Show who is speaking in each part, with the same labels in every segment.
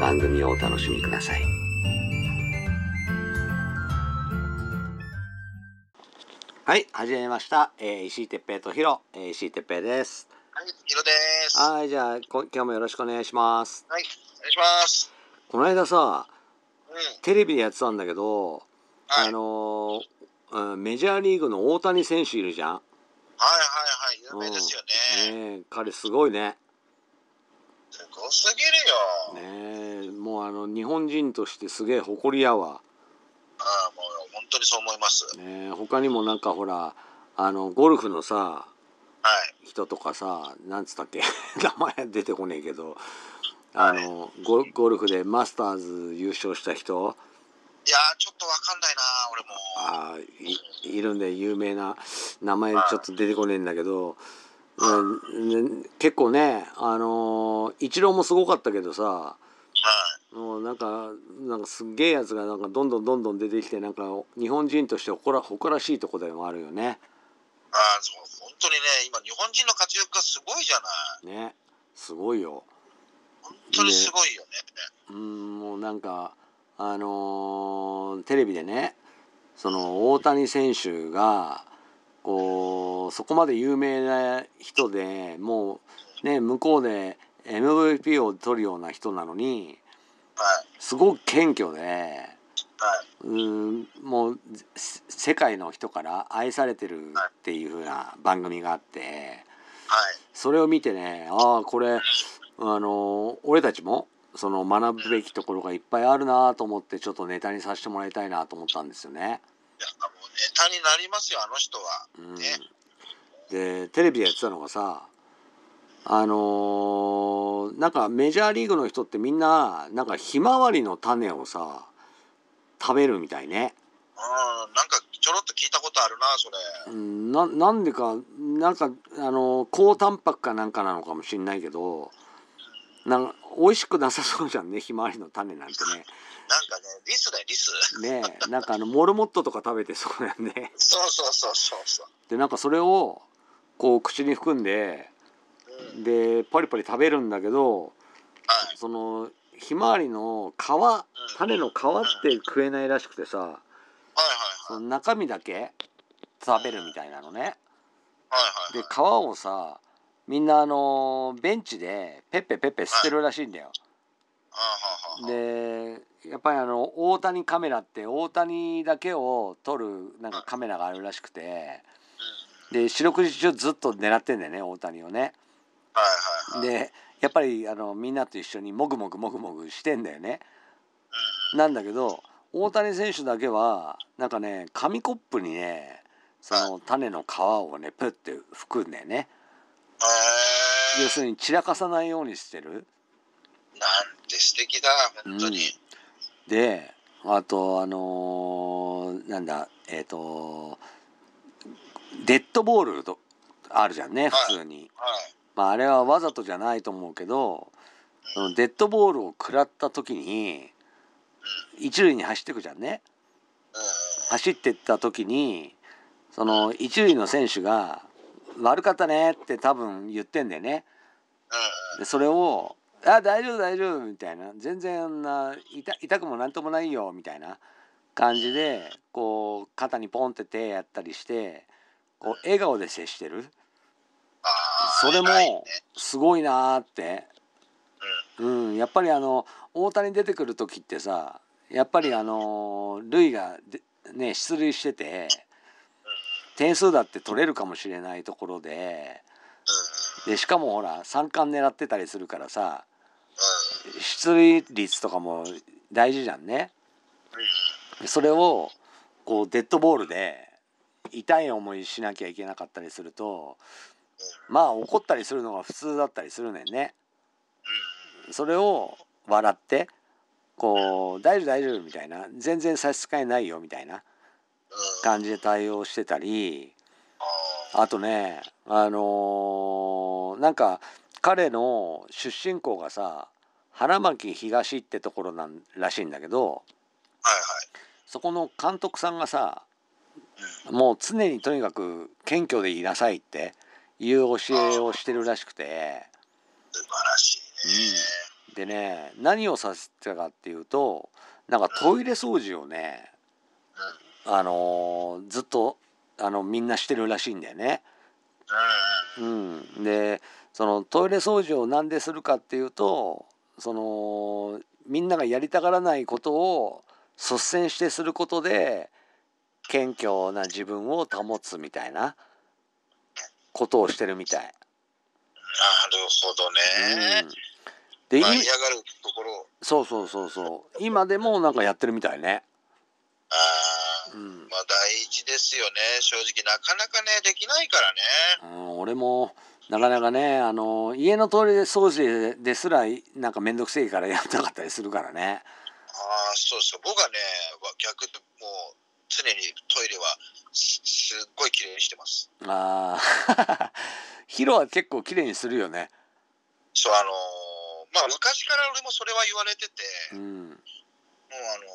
Speaker 1: 番組をお楽しみください。はい、始めました。えー石井哲平とヒロ、えー石井哲平です。
Speaker 2: はい、ヒロです。は
Speaker 1: はい、じゃあこ今日もよろしくお願いします。
Speaker 2: い、お願いします。
Speaker 1: この間さ、
Speaker 2: うん、
Speaker 1: テレビでやってたんだけど、
Speaker 2: はい、はい、
Speaker 1: あ
Speaker 2: はい、
Speaker 1: のーうんメジャーリーグの大谷選手いるじゃん。
Speaker 2: はい、有名ですよね。
Speaker 1: ねえ、彼すごいね。
Speaker 2: すごすぎるよ。
Speaker 1: ねえ、もうあの日本人としてすげえ誇りやわ。
Speaker 2: ああ、もう本当にそう思います。
Speaker 1: ねえ、他にもなんかほら、あのゴルフのさ、
Speaker 2: はい、
Speaker 1: 人とかさ、なんつったっけ、 名前出てこねえけど、あのゴゴルフでマスターズ優勝した人、
Speaker 2: いやー、ちょっとわかんないな、俺も。
Speaker 1: あーいいるんで有名な名前ちょっと出てこねえんだけど、うんね結構ねあのーイチローもすごかったけどさ
Speaker 2: はい、
Speaker 1: もうなんかなんかすっげえやつがなんかどんどんどんどん出てきてなんか日本人として誇ら誇らしいとこでもあるよね。
Speaker 2: ああ、そう、本当にね、今日本人の活躍がすごいじゃない。
Speaker 1: ねすごいよ。
Speaker 2: 本当にすごいよね。
Speaker 1: うんもうなんかあのーテレビでねその大谷選手がこうそこまで有名な人でもうね向こうで MVP を取るような人なのに
Speaker 2: はい、
Speaker 1: すごく謙虚で
Speaker 2: はい、
Speaker 1: うんもうせ世界の人から愛されてるっていう風な番組があって
Speaker 2: はい、
Speaker 1: それを見てねああこれあの俺たちもその学ぶべきところがいっぱいあるなと思ってちょっとネタにさせてもらいたいなと思ったんですよね。
Speaker 2: いや、もうネタになりますよ、あの人は。
Speaker 1: うん
Speaker 2: ね、
Speaker 1: でテレビでやってたのがさあのーなんかメジャーリーグの人ってみんななんかひまわりの種をさ食べるみたいね。
Speaker 2: うん、なんかちょろっと聞いたことあるな、それ。
Speaker 1: うんななんでかなんかあの高タンパクかなんかなのかもしんないけどなんか美味しくなさそうじゃんねひまわりの種なんてね。
Speaker 2: なんかね、リスだよ、リス。
Speaker 1: ねえなんかあのモルモットとか食べてそうやんね。
Speaker 2: そうそうそうそうそう。
Speaker 1: でなんかそれをこう口に含んで
Speaker 2: うん
Speaker 1: でパリパリ食べるんだけど
Speaker 2: はい。
Speaker 1: そのひまわりの皮種の皮って食えないらしくてさ
Speaker 2: はい
Speaker 1: その中身だけ食べるみたいなのね。
Speaker 2: はいはい。はいはいはい。
Speaker 1: で皮をさみんなあのベンチでペッペペッペ捨てるらしいんだよ。
Speaker 2: あははは。
Speaker 1: でやっぱりあの大谷カメラって大谷だけを撮るなんかカメラがあるらしくて。で四六時中ずっと狙ってんだよね大谷をね。
Speaker 2: はいはいはい。
Speaker 1: でやっぱりあのみんなと一緒にもぐもぐもぐもぐしてんだよね。なんだけど大谷選手だけはなんかね紙コップにねその種の皮をねプッて含んでね
Speaker 2: え
Speaker 1: 要するに散らかさないようにしてる。
Speaker 2: ー、なんて素敵だ、本当に。
Speaker 1: であとあのーなんだえっ、とデッドボールとあるじゃんね普通に。
Speaker 2: はい。
Speaker 1: まあ、あれはわざとじゃないと思うけどそのデッドボールを食らった時に一塁に走ってくじゃんね
Speaker 2: うん。
Speaker 1: 走ってった時にその一塁の選手が「悪かったね」って多分言ってんだよね。でそれを「あ大丈夫大丈夫」みたいな「全然あんな痛痛くもなんともないよ」みたいな感じでこう肩にポンって手やったりしてこう笑顔で接してる。
Speaker 2: ああ。
Speaker 1: それも
Speaker 2: 偉いね
Speaker 1: すごいなーって、うん、やっぱりあの大谷出てくる時ってさやっぱりあの塁がでね出塁してて点数だって取れるかもしれないところででしかもほら三冠狙ってたりするからさ出塁率とかも大事じゃんね。それをこうデッドボールで痛い思いしなきゃいけなかったりするとまあ怒ったりするのが普通だったりするねんね。それを笑ってこう「大丈夫大丈夫」みたいな全然差し支えないよみたいな感じで対応してたりあとねあのーなんか彼の出身校がさ花巻東ってところなんらしいんだけどそこの監督さんがさもう常にとにかく謙虚でいなさいっていう教えをしてるらしくて。でね何をさせてたかっていうとなんかトイレ掃除をねあのーずっとあのみんなしてるらしいんだよね。うん、でそのトイレ掃除をなんでするかっていうとそのみんながやりたがらないことを率先してすることで謙虚な自分を保つみたいなことをしてるみたい。うん、でい
Speaker 2: 嫌がるところ
Speaker 1: そうそうそうそう今でもなんかやってるみたいね。
Speaker 2: あ
Speaker 1: う
Speaker 2: ー
Speaker 1: ん
Speaker 2: まあ大事ですよね正直なかなかねできないから
Speaker 1: う
Speaker 2: ね
Speaker 1: ん、俺もなかなかねあの家のトイレ掃除ですらなんか面倒くせえからやんなかったりするからね
Speaker 2: ああそうそう僕はねわ逆にもう常にトイレはすすっごい綺麗にしてます
Speaker 1: あー ヒロは結構綺麗にするよね
Speaker 2: そうあのーまあ昔から俺もそれは言われてて、
Speaker 1: うん
Speaker 2: もうあのー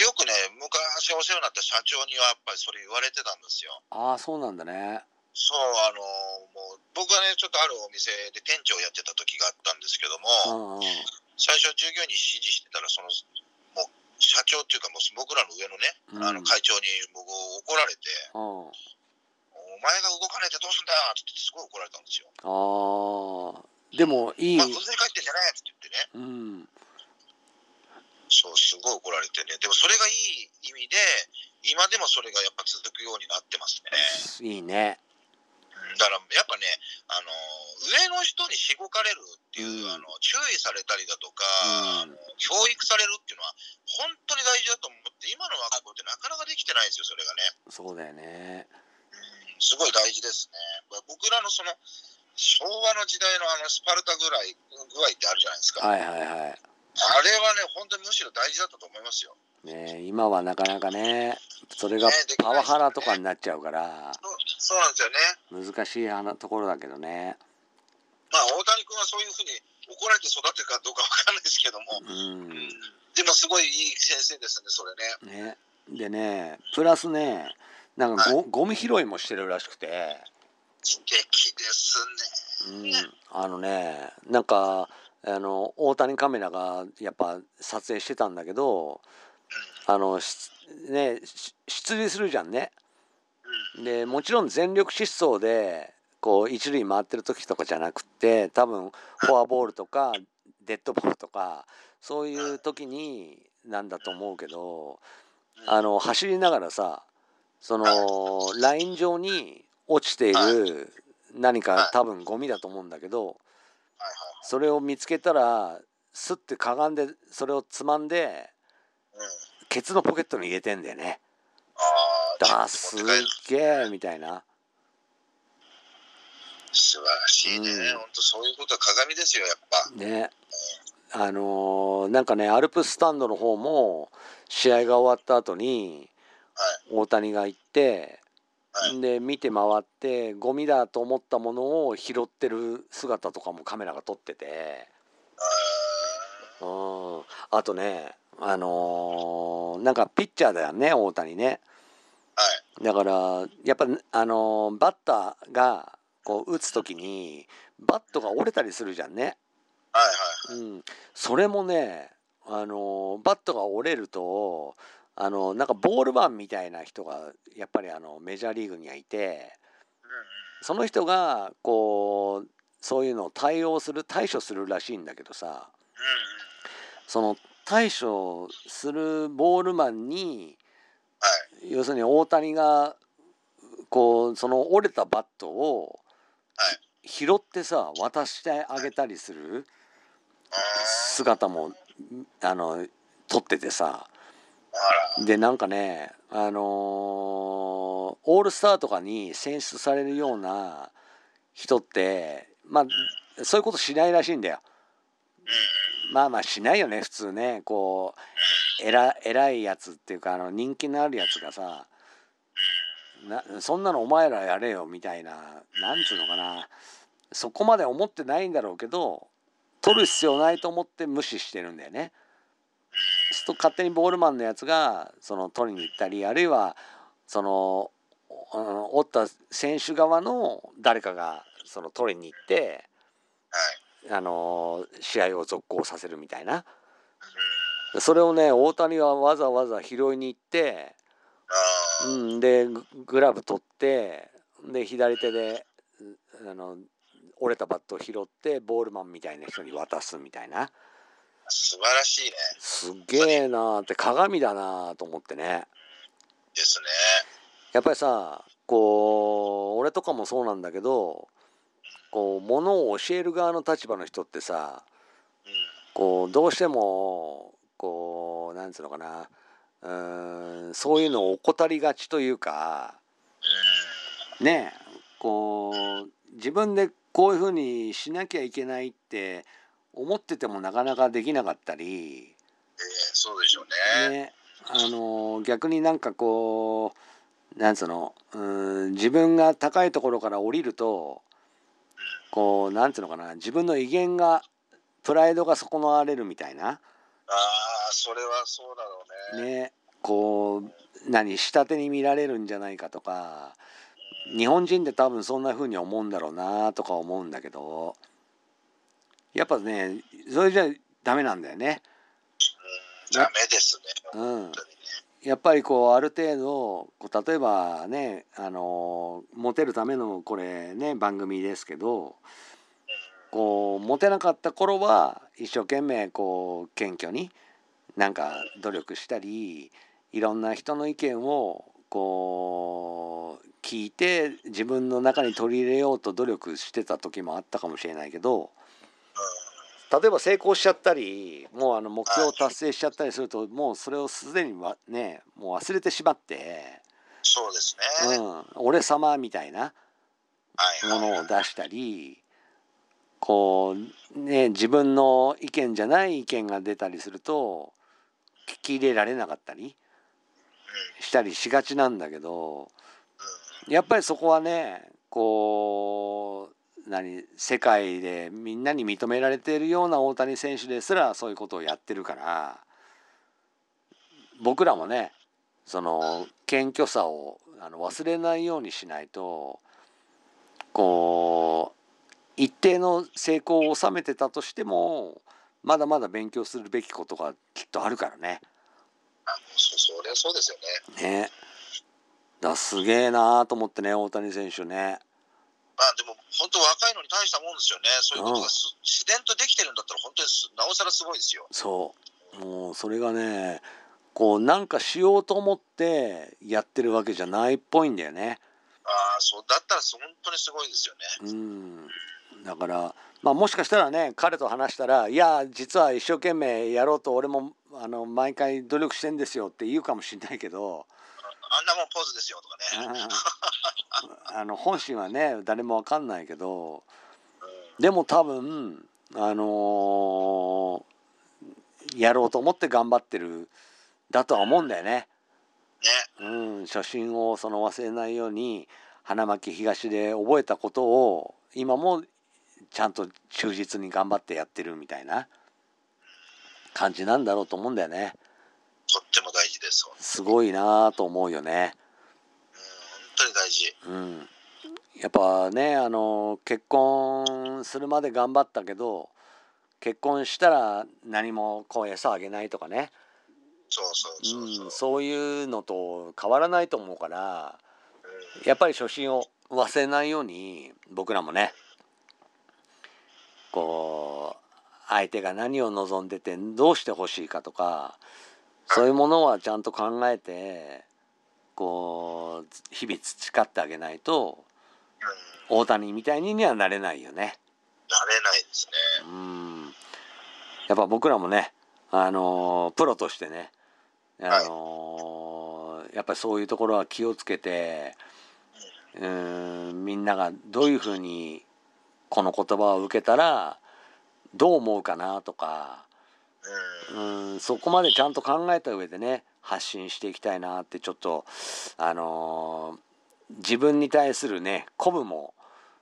Speaker 2: よくね昔お世話になった社長にはやっぱりそれ言われてたんですよ
Speaker 1: ああそうなんだね
Speaker 2: そうあのーもう僕がねちょっとあるお店で店長やってた時があったんですけど
Speaker 1: う
Speaker 2: も、
Speaker 1: んうん
Speaker 2: 最初従業員に指示してたらそのもう社長っていうかもう僕らの上のね、あ
Speaker 1: う
Speaker 2: の
Speaker 1: ん
Speaker 2: 会長にもう怒られて
Speaker 1: うん
Speaker 2: 「お前が動かないでどうすんだよ!」って言ってすごい怒られたんですよ。
Speaker 1: あーでもいい
Speaker 2: まあ、ふずり返ってんじゃないって言ってね、
Speaker 1: うん
Speaker 2: そう、すごい怒られてね、でもそれがいい意味で、今でもそれがやっぱ続くようになってますね。
Speaker 1: いいね
Speaker 2: だからやっぱね、あの上の人にしごかれるっていう、
Speaker 1: うん
Speaker 2: あの注意されたりだとか、
Speaker 1: うん
Speaker 2: あの教育されるっていうのは、本当に大事だと思って、今の若い子ってなかなかできてないんですよ、それがね。
Speaker 1: そうだよね
Speaker 2: すごい大事ですね。僕らのその昭和の時代のあのスパルタぐらい具合ってあるじゃないですか。
Speaker 1: はいはいは
Speaker 2: あれはね、本当にむしろ大事だったと思いますよ。
Speaker 1: いね今はなかなかねそれがパワハラとかになっちゃうから
Speaker 2: そうそうなんですよね。
Speaker 1: 難しい話ところだけどね
Speaker 2: まあ、大谷君はそういうふうに怒られて育ってるかどうかわかんないですけども、
Speaker 1: うん
Speaker 2: でもすごいいい先生ですね、それね。
Speaker 1: ねでねプラスねなんかごゴミ拾いもしてるらしくて、
Speaker 2: 素敵です
Speaker 1: うん、あのねなんかあの大谷カメラがやっぱ撮影してたんだけどあのしねし出塁するじゃんね。でもちろん全力疾走でこう一塁回ってる時とかじゃなくって多分フォアボールとかデッドボールとかそういう時になんだと思うけどあの走りながらさそのライン上に落ちている何か多分ゴミだと思うんだけどそれを見つけたらスッてかがんでそれをつまんで
Speaker 2: ね。うん。
Speaker 1: ケツのポケットに入れてんだよね。
Speaker 2: あ
Speaker 1: だ
Speaker 2: あ、
Speaker 1: ーすっげえみたいな。
Speaker 2: 素晴らしいね。
Speaker 1: うん
Speaker 2: 本当そういうことは鏡ですよ、やっぱ。
Speaker 1: ねあのーなんかねアルプススタンドの方も試合が終わった後に大谷が行って、
Speaker 2: はい
Speaker 1: で見て回ってゴミだと思ったものを拾ってる姿とかもカメラが撮ってて、うん、あとねあのーなんかピッチャーだよね大谷ね
Speaker 2: はい。
Speaker 1: だからやっぱあのーバッターがこう打つ時にバットが折れたりするじゃんね。
Speaker 2: はいはい。
Speaker 1: うん、それもね、あのーバットが折れると、あのーなんかボールマンみたいな人がやっぱりあのメジャーリーグにはいて
Speaker 2: うんうん
Speaker 1: その人がこうそういうのを対応する対処するらしいんだけどさ
Speaker 2: うん。
Speaker 1: その対処するボールマンに
Speaker 2: は
Speaker 1: 要するに大谷がこうその折れたバットを
Speaker 2: はい
Speaker 1: 拾ってさ渡してあげたりする
Speaker 2: あー
Speaker 1: 姿もあの撮っててさ
Speaker 2: あら。
Speaker 1: でなんかねあのーオールスターとかに選出されるような人ってまあそういうことしないらしいんだよ。まあまあしないよね普通ねこうえら偉いやつっていうかあの人気のあるやつがさなそんなのお前らやれよみたいななんつうのかなそこまで思ってないんだろうけど取る必要ないと思って無視してるんだよね。すると勝手にボールマンのやつがその取りに行ったりあるいはそのお折った選手側の誰かがその取りに行って
Speaker 2: はい。
Speaker 1: あの試合を続行させるみたいなそれをね大谷はわざわざ拾いに行って、
Speaker 2: あー
Speaker 1: うん、でググラブ取ってで左手でうあの折れたバットを拾ってボールマンみたいな人に渡すみたいな
Speaker 2: 素晴らしいね。
Speaker 1: すげえなーって鏡だなーと思ってね
Speaker 2: ですね。
Speaker 1: やっぱりさこう俺とかもそうなんだけどこう物を教える側の立場の人ってさ
Speaker 2: うん。
Speaker 1: こうどうしてもこうなんつうのかなうーんそういうのを怠りがちというかねえこう自分でこういうふうにしなきゃいけないって思っててもなかなかできなかったり、
Speaker 2: えー、そうでしょうね。
Speaker 1: ね、あの逆になんかこうなんつうのうーん自分が高いところから降りるとこうなんつうのかな自分の威厳がプライドが損なわれるみたいな。
Speaker 2: ああ、それはそうだろうね。
Speaker 1: ねこう何下手に見られるんじゃないかとか日本人って多分そんな風に思うんだろうなとか思うんだけどやっぱねそれじゃダメなんだよね。
Speaker 2: ダメですね。
Speaker 1: う
Speaker 2: 本
Speaker 1: ん、
Speaker 2: 当にね。
Speaker 1: やっぱりこうある程度こう例えばねあのモテるためのこれね番組ですけどこうモテなかった頃は一生懸命こう謙虚になんか努力したりいろんな人の意見をこう聞いて自分の中に取り入れようと努力してた時もあったかもしれないけど例えば成功しちゃったりもうあの目標を達成しちゃったりするともうそれをすでにわねもう忘れてしまって、
Speaker 2: そうです
Speaker 1: う
Speaker 2: ね。
Speaker 1: ん、俺様みたいな
Speaker 2: はい
Speaker 1: も
Speaker 2: はい。
Speaker 1: のを出したりこうね自分の意見じゃない意見が出たりすると聞き入れられなかったりしたりしがちなんだけどやっぱりそこはねこう何世界でみんなに認められているような大谷選手ですらそういうことをやってるから僕らもねその謙虚さをあの忘れないようにしないとこう一定の成功を収めてたとしてもまだまだ勉強するべきことがきっとあるからね。
Speaker 2: あそそりゃそうですよね。
Speaker 1: ねだすげえなーと思ってね大谷選手ね
Speaker 2: まあでも本当若いのに大したもんですよね。そういうことがす自然とできてるんだったら本当にすなおさらすごいですよ。
Speaker 1: そうもうそれがねこうなんかしようと思ってやってるわけじゃないっぽいんだよね
Speaker 2: ああ、そうだったらす本当にすごいですよね。
Speaker 1: うんだからまあもしかしたらね彼と話したら「いや実は一生懸命やろうと俺もあの毎回努力してんですよ」って言うかもしれないけど
Speaker 2: あんなもんポーズですよとかね。
Speaker 1: あの本心はね誰もわかんないけどでも多分あのーやろうと思って頑張ってるだとは思うんだよね。
Speaker 2: ね。
Speaker 1: うん、初心をその忘れないように花巻東で覚えたことを今もちゃんと忠実に頑張ってやってるみたいな感じなんだろうと思うんだよね。
Speaker 2: とっても大事です。本
Speaker 1: すごいなぁと思うよね。
Speaker 2: 当に大事。
Speaker 1: うん、やっぱねあの結婚するまで頑張ったけど結婚したら何もこう餌あげないとかね、
Speaker 2: そうそうそううそう。
Speaker 1: ん、そういうのと変わらないと思うからやっぱり初心を忘れないように僕らもねこう相手が何を望んでてどうしてほしいかとかそういうものはちゃんと考えてこう日々培ってあげないと
Speaker 2: うん
Speaker 1: 大谷みたいにはなれないよね。
Speaker 2: なれないですね。
Speaker 1: うんやっぱ僕らもね、あのープロとしてね、あのーやっぱりそういうところは気をつけてうーんみんながどういうふうにこの言葉を受けたらどう思うかなとかう
Speaker 2: うん。
Speaker 1: ーんそこまでちゃんと考えた上でね発信していきたいなってちょっとあのー自分に対するね鼓舞も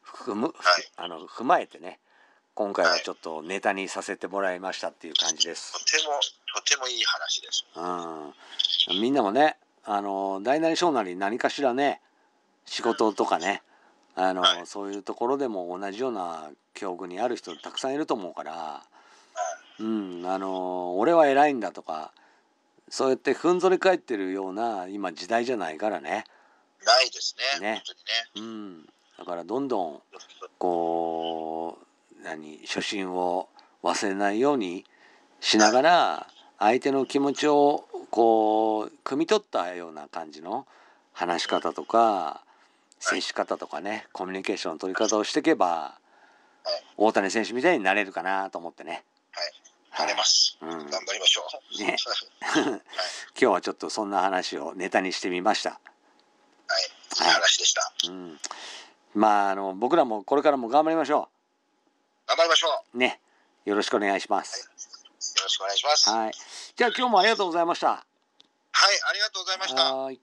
Speaker 1: 含む、あの踏まえてね今回はちょっとネタにさせてもらいましたっていう感じです
Speaker 2: と。ても、とてもいい話です。
Speaker 1: うん、みんなもねあのー大なり小なり何かしらね仕事とかねあのー、
Speaker 2: はい
Speaker 1: そういうところでも同じような境遇にある人たくさんいると思うから、うんあのー俺は偉いんだとかそうやってふんぞり返ってるような今時代じゃないからね、
Speaker 2: ないですね。
Speaker 1: ね
Speaker 2: 本当にね。
Speaker 1: うん、だからどんどんこう何初心を忘れないようにしながら相手の気持ちをこう汲み取ったような感じの話し方とか接し方とかねコミュニケーションの取り方をしていけば
Speaker 2: はい
Speaker 1: 大谷選手みたいになれるかなと思ってね。
Speaker 2: なれます。
Speaker 1: うん、今
Speaker 2: 頑張りましょう。
Speaker 1: ね
Speaker 2: はい。
Speaker 1: 日はちょっとそんな話をネタにしてみました。
Speaker 2: いい話でした。
Speaker 1: うん、まああの僕らもこれからも頑張りましょ
Speaker 2: 頑張りましょう。よ
Speaker 1: う。ねよろしくお願いします。
Speaker 2: ろしくお願いします。はい。
Speaker 1: はい。じゃあ今日もありがとうございました。
Speaker 2: ありがとうございました。
Speaker 1: はい。